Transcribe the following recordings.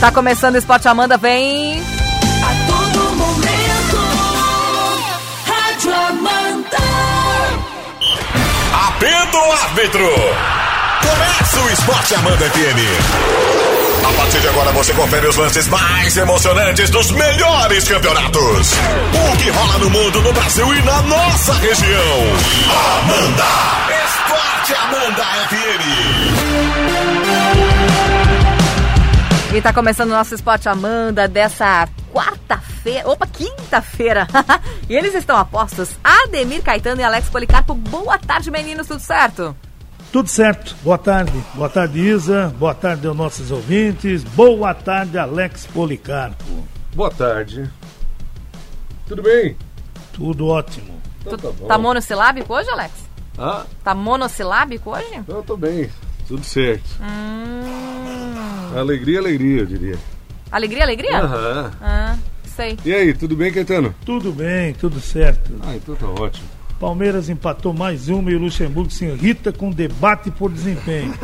Tá começando o Esporte Amanda, vem. A todo momento, Rádio Amanda. Apendo o árbitro! Começa o Esporte Amanda FM. A partir de agora você confere os lances mais emocionantes dos melhores campeonatos. O que rola no mundo, no Brasil e na nossa região. Amanda! Esporte Amanda FM. E tá começando o nosso Esporte Amanda dessa quarta-feira. Opa, quinta-feira. e eles estão apostos. Ademir Caetano e Alex Policarpo. Boa tarde, meninos, tudo certo? Tudo certo. Boa tarde. Boa tarde, Isa. Boa tarde aos nossos ouvintes. Boa tarde, Alex Policarpo. Boa tarde. Tudo bem? Tudo ótimo. Então tá bom. Tá monossilábico hoje, Alex? Ah, Tá monossilábico hoje? então eu tô bem. Tudo certo. Hum. Alegria, alegria, eu diria. Alegria, alegria? Aham. Ah, sei. E aí, tudo bem, Caetano? Tudo bem, tudo certo. Ah, então tá ótimo. Palmeiras empatou mais uma e o Luxemburgo se irrita com debate por desempenho.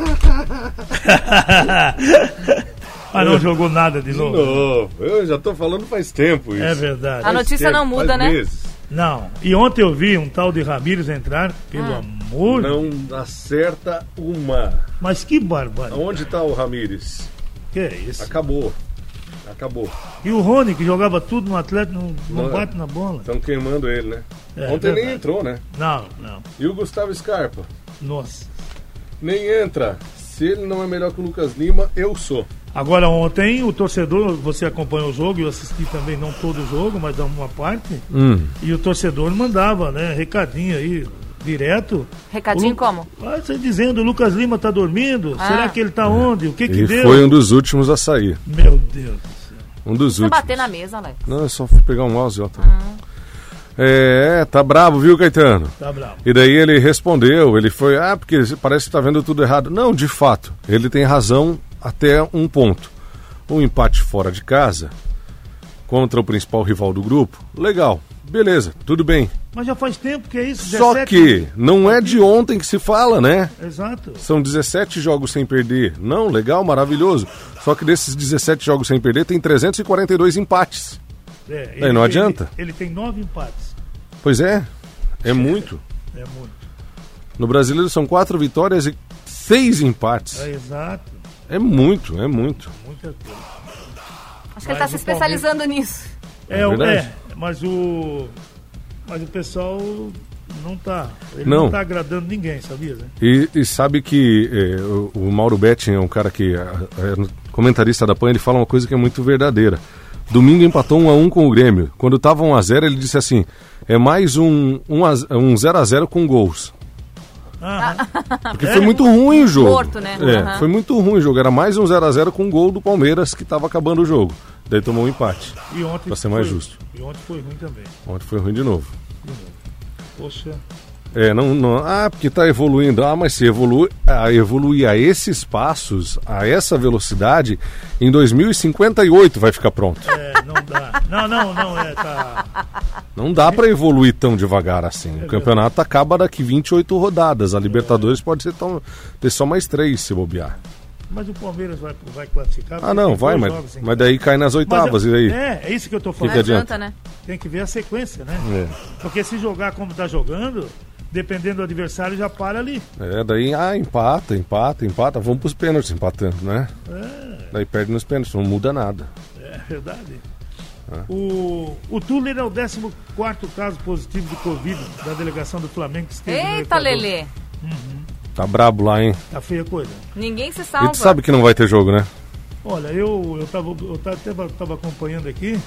Mas não jogou nada de De novo. novo. Eu já tô falando faz tempo isso. É verdade. A notícia não Tempo, muda, faz né? meses. Não. E ontem eu vi um tal de Ramires entrar, pelo amor. Não acerta uma. Mas que barbaridade. Onde tá o Ramires? Que é isso? Acabou. Acabou. E o Rony, que jogava tudo no Atlético, não, não Não. bate na bola. Estão queimando ele, né? É, Ontem verdade. nem entrou, né? Não, não. E o Gustavo Scarpa? Nossa. Nem entra. Se ele não é melhor que o Lucas Lima, eu sou. Agora ontem o torcedor, você acompanhou o jogo, eu assisti também não todo o jogo, mas uma parte, Hum. e o torcedor mandava, né, recadinho aí, direto. Recadinho O Uhum. Lu- como? Ah, você dizendo, o Lucas Lima tá dormindo, Ah. será que ele tá onde? O que que E deu? É. foi um dos últimos a sair. Meu Deus. do céu. Um dos Você últimos. bater na mesa, Alex. Não, eu só fui pegar um mouse, ó. tá. É, tá bravo, viu, Caetano? Tá bravo. E daí ele respondeu, ele foi, ah, porque parece que tá vendo tudo errado. Não, de fato, ele tem razão até um ponto. Um empate fora de casa contra o principal rival do grupo, legal, beleza, tudo bem. Mas já faz tempo que é isso, Só 17? que não é de ontem que se fala, né? Exato. São 17 jogos sem perder. Não, legal, maravilhoso. Só que desses 17 jogos sem perder, tem 342 empates. É, Daí não adianta. Ele, ele tem nove empates. Pois é, é muito. É muito. No brasileiro são quatro vitórias e seis empates. É exato. É muito, é muito. Muita coisa. Acho que ele tá Mas se o especializando nisso. É, É o- verdade. é, mas o. Mas o pessoal não tá. Ele não, Não. tá agradando ninguém, sabia? Né? E, e sabe que eh, o, o Mauro Betting é um cara que é, é comentarista da PAN, ele fala uma coisa que é muito verdadeira. Domingo empatou 1 a 1 com o Grêmio. Quando estava 1 a 0, ele disse assim: "É mais um 1 a, z- um 0 a 0 com gols". Ah, Porque foi muito ruim o jogo. Morto, né? É, Aham. foi muito ruim o jogo. Era mais um 0 a 0 com gol do Palmeiras que estava acabando o jogo. Daí tomou um empate. E ontem. Pra ser mais foi- justo. E ontem foi ruim também. Ontem foi ruim de novo. Poxa. É, não, não. Ah, porque tá evoluindo. Ah, mas se evolui, ah, evoluir a esses passos, a essa velocidade, em 2058 vai ficar pronto. É, não dá. Não, não, não, é, tá. Não dá pra evoluir tão devagar assim. O campeonato acaba daqui 28 rodadas. A Libertadores pode ser tão, ter só mais três se bobear. Mas o Palmeiras vai, vai classificar. Ah, não, vai, mas, mas daí cai nas oitavas. Mas, E aí? É, é isso que eu tô Não que falando. adianta, adianta? né? Tem que ver a sequência, né? É. Porque se jogar como tá jogando, dependendo do adversário, já para ali. É, daí, ah, empata, empata, empata. Vamos pros pênaltis empatando, né? Daí perde nos pênaltis, não muda nada. É verdade. O, o Tuller é o 14 caso positivo de Covid da delegação do Flamengo que esteve Uhum. no Eita, Equador. Lelê. Tá brabo lá, hein? Tá feia a coisa. Ninguém se E salva. tu sabe que não vai ter jogo, né? Olha, eu, eu, tava, eu tava, até tava acompanhando aqui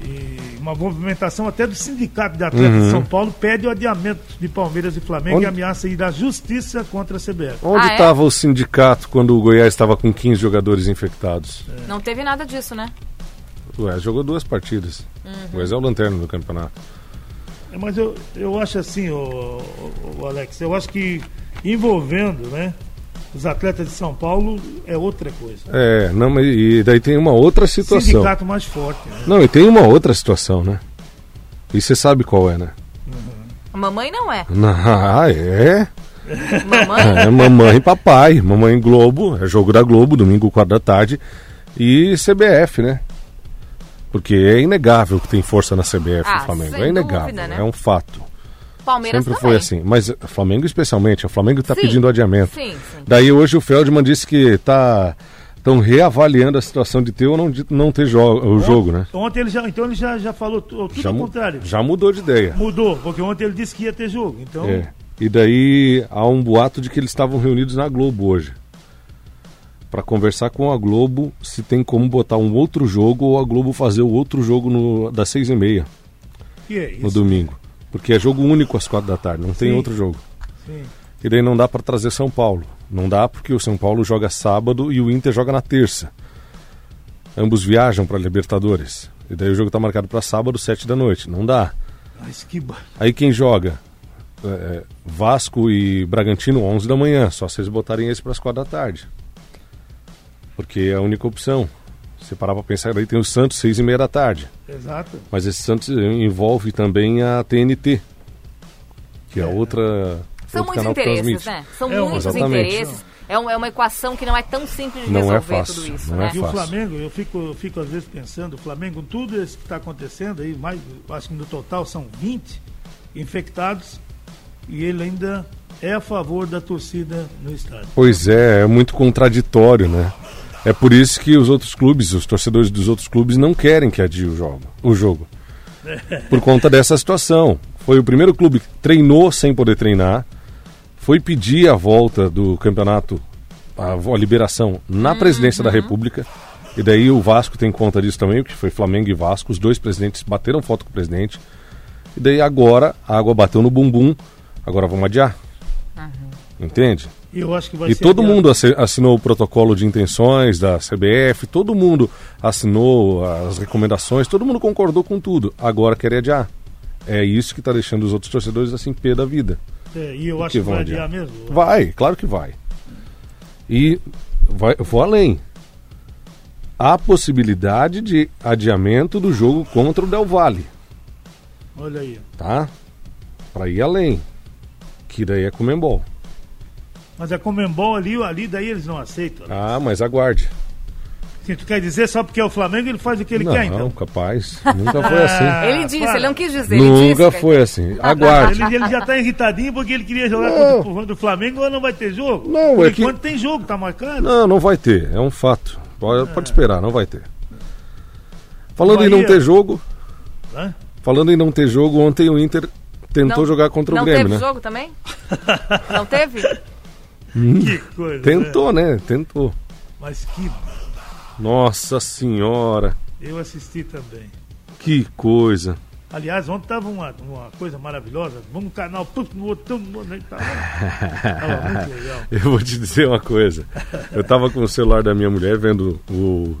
e uma movimentação até do Sindicato de Atletas de São Paulo pede o adiamento de Palmeiras e Flamengo Onde- e ameaça ir à justiça contra a CBF. Onde Ah, é? estava o sindicato quando o Goiás estava com 15 jogadores infectados? Não teve nada disso, né? O Goiás jogou duas partidas. Uhum. O Goiás é o lanterna do campeonato. É, Mas eu, eu acho assim, o, Alex, eu acho que envolvendo né, os atletas de São Paulo é outra coisa. É, não, mas e daí tem uma outra situação. Sindicato mais forte, né? Não, e tem uma outra situação, né? E você sabe qual é, né? A mamãe não é. Ah, é? Mamãe É mamãe e papai, mamãe Globo, é jogo da Globo, domingo, 4 da tarde. E CBF, né? Porque é inegável que tem força na CBF Ah, o Flamengo. sem É inegável, dúvida, né? é um fato. Palmeiras É. Sempre também. foi assim. Mas o Flamengo especialmente, o Flamengo está Sim, Tá pedindo adiamento. sim, sim. Daí hoje o Feldman disse que tá estão reavaliando a situação de ter ou não, de não ter jo o jogo, né? Ontem ele já, então ele já, já falou tu- tudo Já, ao mu- contrário. já mudou de ideia. Mudou, porque ontem ele disse que ia ter jogo. Então, É. E daí há um boato de que eles estavam reunidos na Globo hoje. Pra conversar com a Globo se tem como botar um outro jogo ou a Globo fazer o outro jogo no, das seis e meia que é no isso? domingo. Porque é jogo único às quatro da tarde, não tem Sim. outro jogo. Sim. E daí não dá pra trazer São Paulo. Não dá porque o São Paulo joga sábado e o Inter joga na terça. Ambos viajam pra Libertadores. E daí o jogo tá marcado pra sábado, sete da noite. Não dá. Mas que ba- Aí quem joga? É, é, Vasco e Bragantino, 11 da manhã. Só vocês botarem esse para as 4 da tarde. Porque é a única opção. Se parar para pensar, daí tem o Santos, 6 e meia da tarde. Exato. Mas esse Santos eh, envolve também a TNT, que é, outra. São outro muitos canal que interesses, transmite. né? São É, muitos exatamente. interesses. É, um- é uma equação que não é tão simples de Não é resolver fácil, tudo isso, não é né? E fácil. o Flamengo, eu fico, eu fico às vezes pensando, o Flamengo, tudo isso que está acontecendo aí, mais, eu acho que no total são 20 infectados e ele ainda é a favor da torcida no estádio. Pois é, é muito contraditório, né? É por isso que os outros clubes, os torcedores dos outros clubes não querem que adie o jogo. O jogo. Por conta dessa situação. Foi o primeiro clube que treinou sem poder treinar, foi pedir a volta do campeonato, a, vo- a liberação na presidência da República. E daí o Vasco tem conta disso também, porque foi Flamengo e Vasco, os dois presidentes bateram foto com o presidente. E daí agora a água bateu no bumbum, agora vamos adiar. Entende? E eu acho que vai E ser todo adiado. mundo assi- assinou o protocolo de intenções da CBF, todo mundo assinou as recomendações, todo mundo concordou com tudo. Agora querem adiar. É isso que está deixando os outros torcedores assim pé da vida. É, e eu O acho que que, vão vai adiar? adiar mesmo. Vai, claro que vai. E vai, eu vou além. Há possibilidade de adiamento do jogo contra o Del Valle, Olha aí. tá? Para ir além. Que daí é Comembol. Mas a Comembol ali, ali daí eles não aceitam. né? Ah, mas aguarde. Se tu quer dizer só porque é o Flamengo, ele faz o que ele Ah. não, quer, então. Ah, capaz. Nunca foi assim. Ele disse, para. ele não quis dizer. ele disse, Nunca cara. foi assim. tá, Aguarde. Ele, ele já tá irritadinho porque ele queria jogar Não. contra o do Flamengo, agora não vai ter jogo. Não, Por é que- enquanto tem jogo, tá marcado. Não, não vai ter. É um fato. Pode, É. pode esperar, não vai ter. Falando em Bahia. não ter jogo, Hã? falando em não ter jogo, ontem o Inter tentou jogar contra o não Grêmio, teve né? jogo também? Não teve? Que coisa. né? Tentou, né? Tentou. Mas que. Nossa senhora, Eu assisti também. que coisa. Aliás, ontem tava uma, uma coisa maravilhosa. Vamos no canal, puf, no outro, todo mundo. aí Tava, tava muito legal. Eu vou te dizer uma coisa. Eu tava com o celular da minha mulher vendo o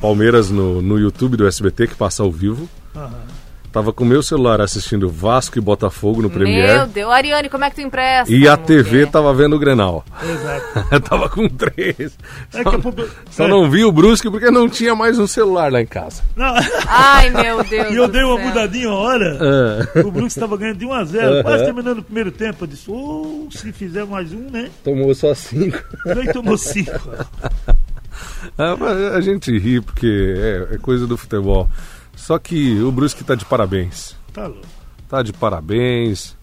Palmeiras no, no YouTube do SBT, que passa ao vivo. Aham. Tava com o meu celular assistindo Vasco e Botafogo no Meu Premiere. Deus. Ariane, como é que tu empresta? E a tá- mulher? TV tava vendo o Grenal. Exato. Eu tava com três. Só, Daqui a pouco. só é, não vi o Brusque porque não tinha mais um celular lá em casa. não. Ai, meu Deus E eu do dei uma céu. mudadinha uma hora. Ah. O Brooks estava ganhando de 1 a 0 quase terminando o primeiro tempo. Eu disse, ô, se fizer mais um, né? Tomou só cinco. Ele tomou cinco. É, a gente ri porque é, é coisa do futebol. Só que o Brusque tá de parabéns. Tá louco. Tá de parabéns.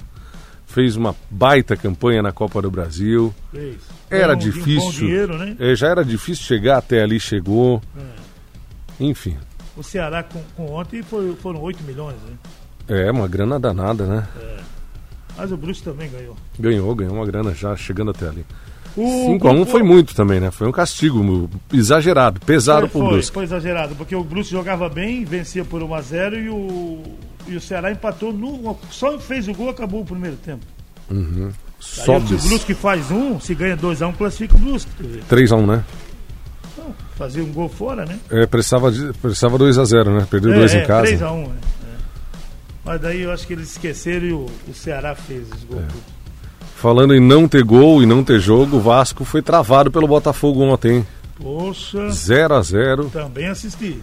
Fez uma baita campanha na Copa do Brasil. Fez. Ganhou Era um- Um bom difícil. dinheiro, né? É. É, já era difícil chegar até ali, chegou. Enfim, O Ceará com, com ontem foi- foram 8 milhões, né? é uma grana danada, né? Mas o Brooks também ganhou. Ganhou, ganhou uma grana já chegando até ali. O 5x1 grupo- foi muito também, né? Foi um castigo mu- exagerado, pesado Foi, pro foi, Brusque. foi exagerado, porque o Brusque jogava bem, vencia por 1 a 0 e o, e o Ceará empatou no, só fez o gol acabou o primeiro tempo. Aí, se o Sobes. Brusque faz um, se ganha 2 a 1 classifica o Brusque. Quer dizer, 3x1, né? Fazer um gol fora, né? É, precisava, de, precisava 2x0, né? Perdeu dois em casa. 3 a 1, é. É. Mas daí eu acho que eles esqueceram e o, o Ceará fez os É. gols. um. Falando em não ter gol e não ter jogo, o Vasco foi travado pelo Botafogo ontem. hein? Poxa, 0x0 também assisti.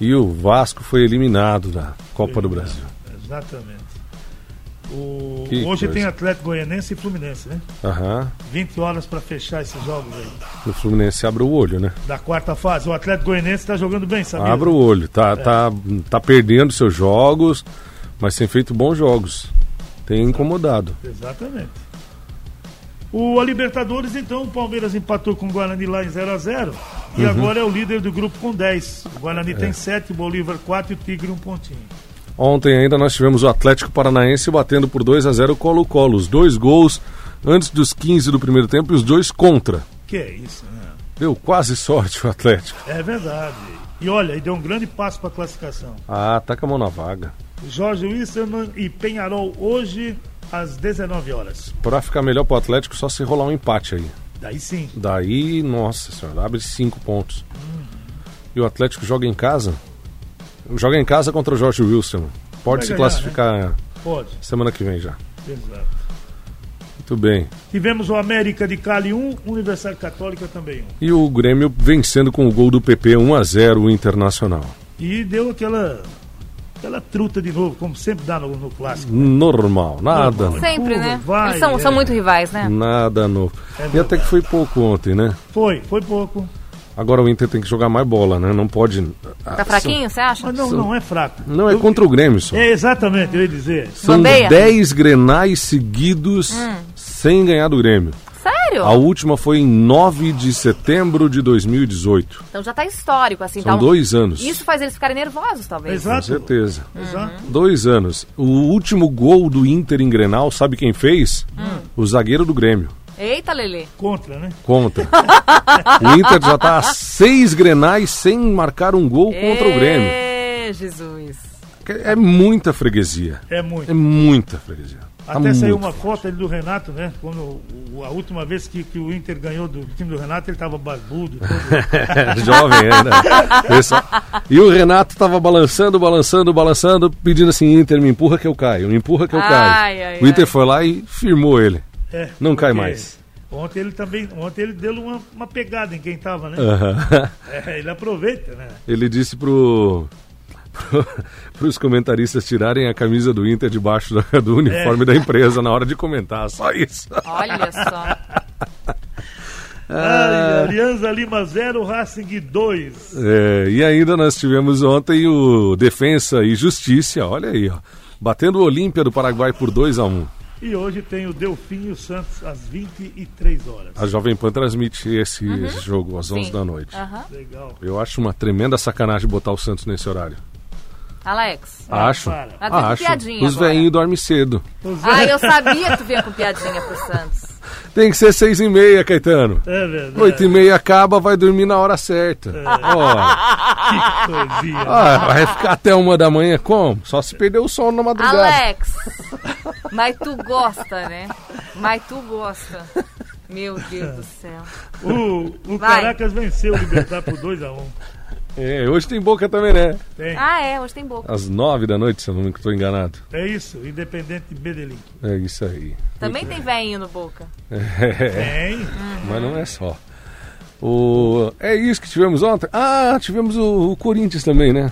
e o Vasco foi eliminado da Copa do Brasil. Exatamente. O- Que Hoje coisa. tem Atlético Goianense e Fluminense, né? Aham. 20 horas para fechar esses jogos aí. O Fluminense abre o olho, né? Da quarta fase. O Atlético Goianense está jogando bem, sabe? Abra o olho. É. Tá, tá, tá perdendo seus jogos, mas tem feito bons jogos. Tem incomodado. Exatamente. O a Libertadores, então, o Palmeiras empatou com o Guarani lá em 0x0. E Uhum. agora é o líder do grupo com 10. O É. Guarani tem 7, o Bolívar 4 e o Tigre 1 pontinho. Ontem ainda nós tivemos o Atlético Paranaense batendo por 2 a 0 o Colo-Colo. Os dois gols antes dos 15 do primeiro tempo e os dois contra. Que é isso, né? Deu quase sorte o Atlético. É verdade. E olha, e deu um grande passo para a classificação. Ah, taca a mão na vaga. Jorge Wilson e Penharol hoje às 19 horas. Pra ficar melhor pro Atlético, só se rolar um empate aí. Daí sim. Daí, nossa senhora, abre cinco pontos. E o Atlético joga em casa? Joga em casa contra o Jorge Wilson. Vai Pode se ganhar, né? classificar Pode. semana que vem já. Exato. Muito bem. Tivemos o América de Cali 1, Universidade Católica também 1. E o Grêmio vencendo com o gol do PP 1 a 0 o Internacional. E deu aquela aquela truta de novo, como sempre dá no, no clássico. Normal, nada, novo. Sempre, Pula, né? vai, Eles são, é. são muito rivais, né? nada novo. É E até verdade. que foi pouco ontem, né? Foi, foi pouco. Agora o Inter tem que jogar mais bola, né? Não pode. Tá fraquinho, você acha? Mas não, não é fraco. Não, é contra o Grêmio só. É exatamente, eu ia dizer. São Bandeia? 10 grenais seguidos Hum. sem ganhar do Grêmio. Sério? A última foi em 9 de setembro de 2018. Então já tá histórico, assim. São tá um- Então, dois anos. Isso faz eles ficarem nervosos, talvez. Com Exato. certeza. Exato. Dois anos. O último gol do Inter em Grenal, sabe quem fez? Hum. O zagueiro do Grêmio. Eita, Lelê. Contra, né? Contra. o Inter já tá a seis Grenais sem marcar um gol contra o Grêmio. Ê, Jesus. É muita freguesia. É muito. É muita freguesia. Tá Até saiu muito. uma foto ali do Renato, né? Quando o- o- a última vez que, que o Inter ganhou do time do Renato, ele tava barbudo. e Todo. Jovem, é, né? Pessoal. E o Renato tava balançando, balançando, balançando, pedindo assim, Inter, me empurra que eu caio, me empurra que eu Ai, caio. ai, o Inter ai. foi lá e firmou ele. É, Não cai porque mais. Ontem ele também, ontem ele deu uma, uma pegada em quem tava, né? Aham. É, ele aproveita, né? Ele disse pro... Para os comentaristas tirarem a camisa do Inter debaixo da- É. do uniforme da empresa na hora de comentar, só isso. Olha só. Ai, Ah. Alianza Lima 0, Racing 2. É, e ainda nós tivemos ontem o Defensa e Justiça, olha aí, ó, batendo o Olímpia do Paraguai por 2 a 1 E hoje tem o Delfim e o Santos às 23 horas. A Jovem Pan transmite esse, esse jogo às 11 Uhum. Sim. da noite. Aham. Legal. Eu acho uma tremenda sacanagem botar o Santos nesse horário. Alex. acho. para. Mas tem acho. Tá piadinha Os agora. velhinhos dormem cedo. Ah, eu sabia que tu vinha com piadinha pro Santos. Tem que ser seis e meia, Caetano. É verdade. Oito e meia acaba, vai dormir na hora certa. É. Ó, Coisinha. ó, vai ficar até uma da manhã como? Só se perder o sono na madrugada. Alex. Mas tu gosta, né? Mas tu gosta. Meu Deus do céu. O, o Vai. Caracas venceu o Libertar por 2x1. É, hoje tem boca também, né? Tem. Ah, é, hoje tem boca. Às nove da noite, se eu não estou enganado. É isso, Independente de Medellín. É isso aí. Também tem veinho no boca. Tem. Mas não é só. O... É isso que tivemos ontem? Ah, tivemos o, o Corinthians também, né?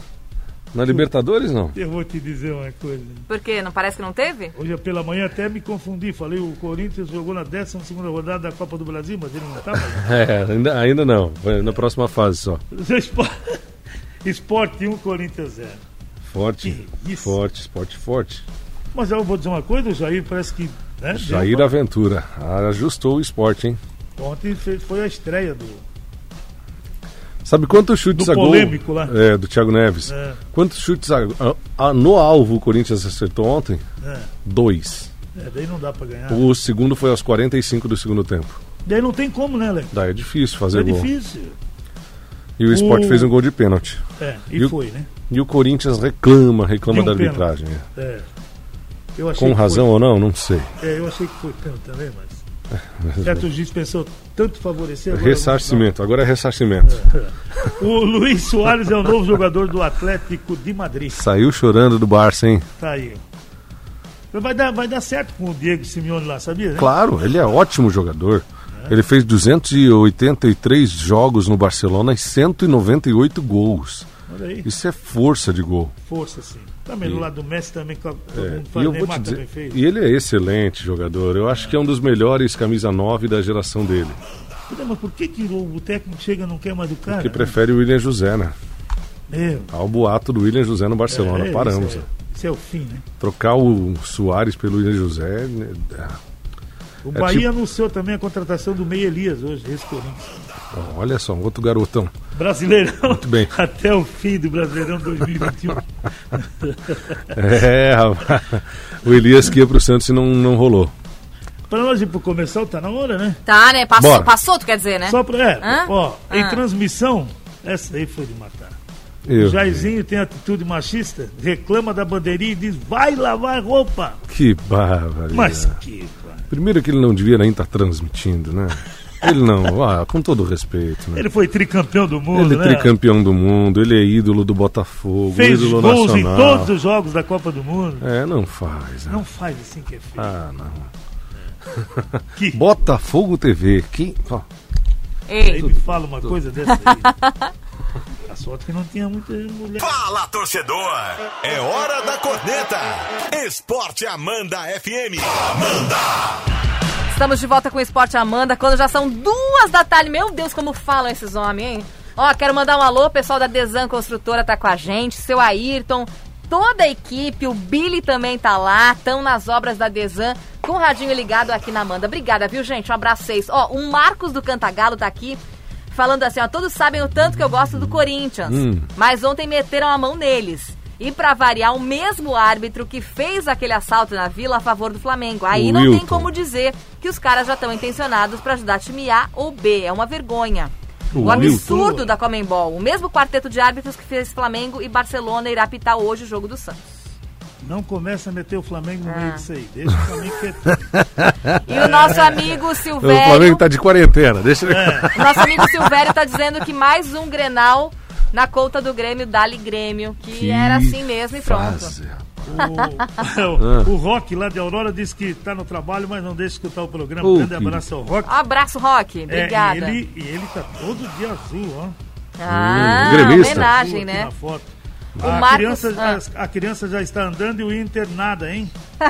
Na Libertadores, não? Eu vou te dizer uma coisa. Por quê? Não parece que não teve? Hoje pela manhã até me confundi. Falei, o Corinthians jogou na 12 rodada da Copa do Brasil, mas ele não tá estava. É, ainda, ainda não. Vai na próxima fase só. Esporte, Esporte 1, Corinthians 0. Forte, Que isso? forte, esporte forte. Mas eu vou dizer uma coisa, o Jair parece que. Né, deu Jair é- uma- Aventura. Ah, Ajustou o esporte, hein? Ontem fe- foi a estreia do. Sabe quantos chutes Do a gol? polêmico lá. É, do Thiago Neves. É. Quantos chutes a, a- a- no alvo o Corinthians acertou ontem? É, Dois. é, daí não dá pra ganhar. O segundo foi aos 45 do segundo tempo. Daí não tem como, né, Alex? Daí é difícil fazer É gol. difícil. E o esporte O- fez um gol de pênalti. É, E e o- foi, né? E o Corinthians reclama, reclama De um da pênalti. arbitragem. é. É. Eu achei Com que razão ou não, não sei. Foi, é, eu achei que foi tanto também, mas. Certo, o juiz pensou tanto favorecer. agora Ressarcimento, agora é ressarcimento. vamos- O Luiz Soares é o novo jogador do Atlético de Madrid. Saiu chorando do Barça, hein? Tá aí. Vai dar, vai dar certo com o Diego Simeone lá, sabia? né? Claro, ele é ótimo jogador. É. Ele fez 283 jogos no Barcelona e 198 gols. Olha aí. Isso é força de gol. Força, sim. Também do lado do Messi também, que todo mundo É, E fala, eu vou Neymar te também dizer, fez. e ele é excelente jogador. Eu acho que é um dos melhores camisa 9 da geração dele. Puta, Mas por que, que o técnico chega e não quer mais do cara? Que prefere o William José, né? Meu, Há o boato do William José no Barcelona. é, Paramos. Isso né? é, isso é o fim, né? Trocar o Soares pelo William José. né? O É Bahia tipo- anunciou também a contratação do Meia Elias hoje, esse Corinthians. Bom, Ah, Olha só, um outro garotão. Brasileirão. Muito bem. Até o fim do Brasileirão 2021. É, rapaz. o Elias que ia pro Santos e não, não rolou. Para nós ir pro comercial, tá na hora, né? Tá, né? Passou, Bora. passou, tu quer dizer, né? Só pra. É, Hã? ó, em Ah. transmissão, essa aí foi de matar. Eu, Jairzinho tem atitude machista, reclama da bandeirinha e diz: vai lavar roupa. que barbaridade. Mas que. pá. Primeiro que ele não devia nem estar transmitindo, né? Ele não, ah, com todo respeito, né? Ele foi tricampeão do mundo, Ele é né? tricampeão do mundo, ele é ídolo do Botafogo, Fez ídolo gols em nacional. todos os jogos da Copa do Mundo. É, não faz. né? Não faz assim que é feio. Ah, não. Que- Botafogo TV, que. ó, Aí Ei, me fala uma coisa dessa aí. A sorte que não tinha muita mulher. Fala, torcedor! É hora da corneta! Esporte Amanda FM. estamos de volta com o Esporte Amanda, quando já são duas da tarde. Meu Deus, como falam esses homens, hein? Ó, quero mandar um alô, o pessoal da Desan Construtora tá com a gente, seu Ayrton, toda a equipe, o Billy também tá lá, estão nas obras da Desan, com o radinho ligado aqui na Amanda. Obrigada, viu, gente? Um abraço a vocês. Ó, o Marcos do Cantagalo tá aqui, falando assim, ó, todos sabem o tanto que eu gosto do Corinthians, mas ontem meteram a mão neles. E pra variar, o mesmo árbitro que fez aquele assalto na Vila a favor do Flamengo. Aí O não tem Wilton. como dizer que os caras já estão intencionados pra ajudar time A ou B. É uma vergonha. O O, Wilton. absurdo da Comembol. O mesmo quarteto de árbitros que fez Flamengo e Barcelona irá apitar hoje o jogo do Santos. Não começa a meter o Flamengo no meio disso aí. Deixa o Flamengo quietinho. E o nosso amigo o Flamengo Silvério... tá de quarentena, deixa ele. O nosso amigo Silvério tá dizendo que mais um Grenal na conta do Grêmio, Dali Grêmio, que, era assim mesmo e pronto. frase, rapaz. Ah. O, o, o Rock lá de Aurora disse que tá no trabalho, mas não deixa escutar o programa. Ô, Grande filho. abraço ao Rock. Abraço, Rock. É, Obrigada. e, ele, e ele tá todo dia azul, ó. Ah, Hum, gremista. homenagem, Azul aqui né? Na foto. O a, Marcos- criança, ah. a, a criança já está andando e o Inter nada, hein? o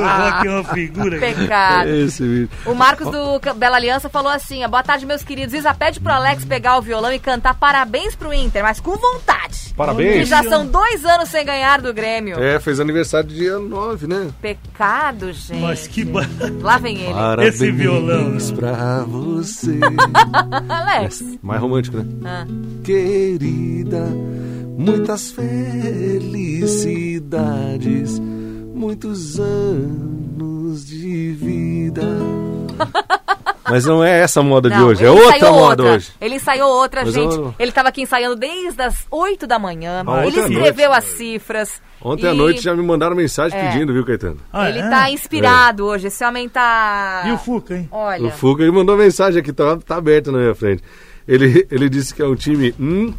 Rock é uma figura. cara. Pecado. Esse vídeo. O Marcos do Ca- Bela Aliança falou assim: ó, boa tarde, meus queridos. Isa, pede pro Alex pegar o violão e cantar parabéns pro Inter, mas com vontade. Que Parabéns. já são dois anos sem ganhar do Grêmio. É, fez aniversário dia 9, né? Pecado, gente. Mas que ba... Lá vem ele. Ah, Esse violão. pra você. Alex. Mais romântico, né? Ah. Querida, muitas felicidades, muitos anos de vida. Mas não é essa a moda de Não, hoje, é ele outra ensaiou moda outra. hoje. Ele ensaiou outra, Mas gente. eu- Ele tava aqui ensaiando desde as 8 da manhã. Ah, ele ontem à noite. escreveu as cifras. Ontem à e noite já me mandaram mensagem É. pedindo, viu, Caetano? Ah, Ele é? tá inspirado hoje. Esse homem tá. E o Fuca, hein? Olha. O Fuca ele mandou mensagem aqui, tá, tá aberto na minha frente. Ele, ele disse que é um time hum,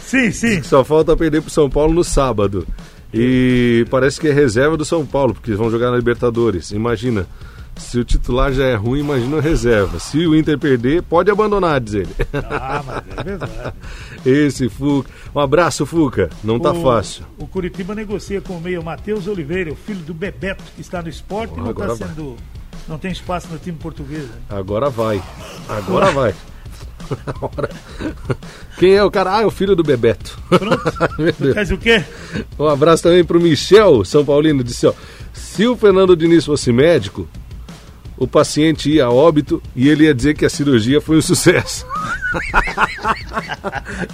Sim, sim. que só falta perder pro São Paulo no sábado. E parece que é reserva do São Paulo, porque eles vão jogar na Libertadores. Imagina, se o titular já é ruim, imagina o reserva. Se o Inter perder, pode abandonar, diz ele. Ah, Tá mas é verdade. Esse Fuca. Um abraço, Fuca. Não tá O- fácil. O Curitiba negocia com o meio Matheus Oliveira, o filho do Bebeto, que está no esporte e não Agora está vai. sendo. Não tem espaço no time português. né? Agora vai. Agora vai. Agora. Quem é o cara? Ah, é o filho do Bebeto. Meu Deus. Faz o quê? Um abraço também pro Michel, São Paulino, disse, ó, se o Fernando Diniz fosse médico, o paciente ia a óbito e ele ia dizer que a cirurgia foi um sucesso.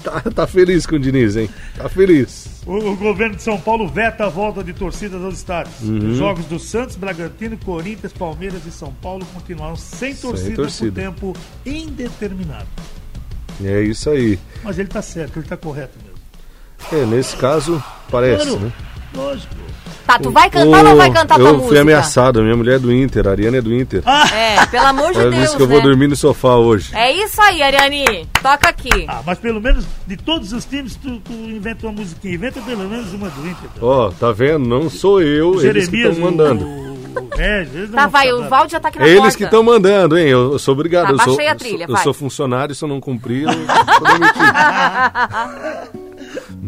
tá, tá feliz com o Diniz, hein? Tá feliz. O, o governo de São Paulo veta a volta de torcidas aos estádios. Uhum. Os jogos do Santos, Bragantino, Corinthians, Palmeiras e São Paulo continuaram sem torcida, torcida. por tempo indeterminado. É isso aí. Mas ele está certo, ele está correto mesmo. É, nesse caso, parece, né? lógico. Tá, tu vai cantar ou não vai cantar eu tua fui música? ameaçado, minha mulher é do Inter, a Ariane é do Inter. É, pelo amor de Ela Deus. disse que eu né? vou dormir no sofá hoje. É isso aí, Ariane. Toca aqui. Ah, mas pelo menos de todos os times, tu, tu inventa uma musiquinha. Inventa pelo menos uma do Inter. Ó, tá vendo? Não sou eu, eles que Jeremias, estão mandando. O, o é, Regis. eles não Tá, vão vai, ficar o bravos. Valde já tá aqui na É porta. eles que estão mandando, hein? Eu, eu sou obrigado. Tá, eu sou, baixei a eu sou- trilha, eu vai. sou funcionário, se eu não cumprir, eu sou demitido.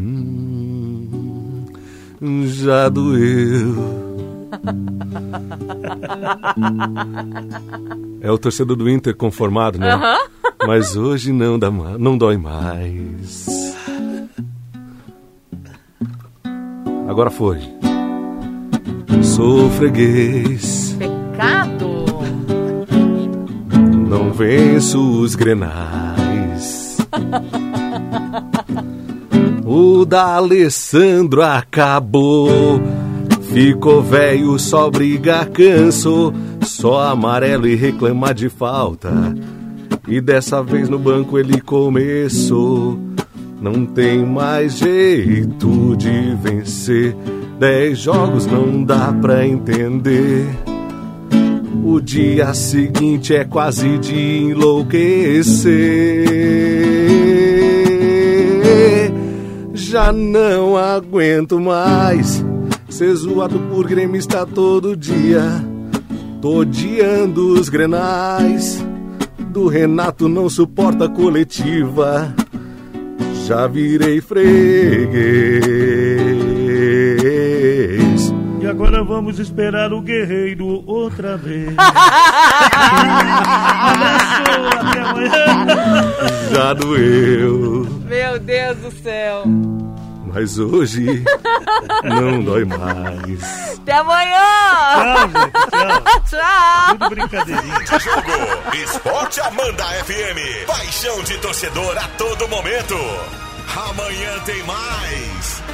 Hum, já doeu. É o torcedor do Inter conformado, né? Mas hoje não, dá, ma- não dói mais. Agora foi. Sou freguês. Pecado. Não venço os grenais. O da Alessandro acabou. Ficou velho, só briga, canso. Só amarelo e reclama de falta. E dessa vez no banco ele começou. Não tem mais jeito de vencer. Dez jogos não dá pra entender. O dia seguinte é quase de enlouquecer. Já não aguento mais ser zoado por gremista todo dia. Tô odiando os grenais. Do Renato não suporta a coletiva. Já virei freguês. E agora vamos esperar o guerreiro outra vez. Abraço, até amanhã. Já doeu. Meu Deus do céu. Mas hoje não dói mais. Até amanhã. Tchau, gente, tchau. Tchau. Tá, Tudo brincadeirinha. Jogo Esporte Amanda FM. Paixão de torcedor a todo momento. Amanhã tem mais.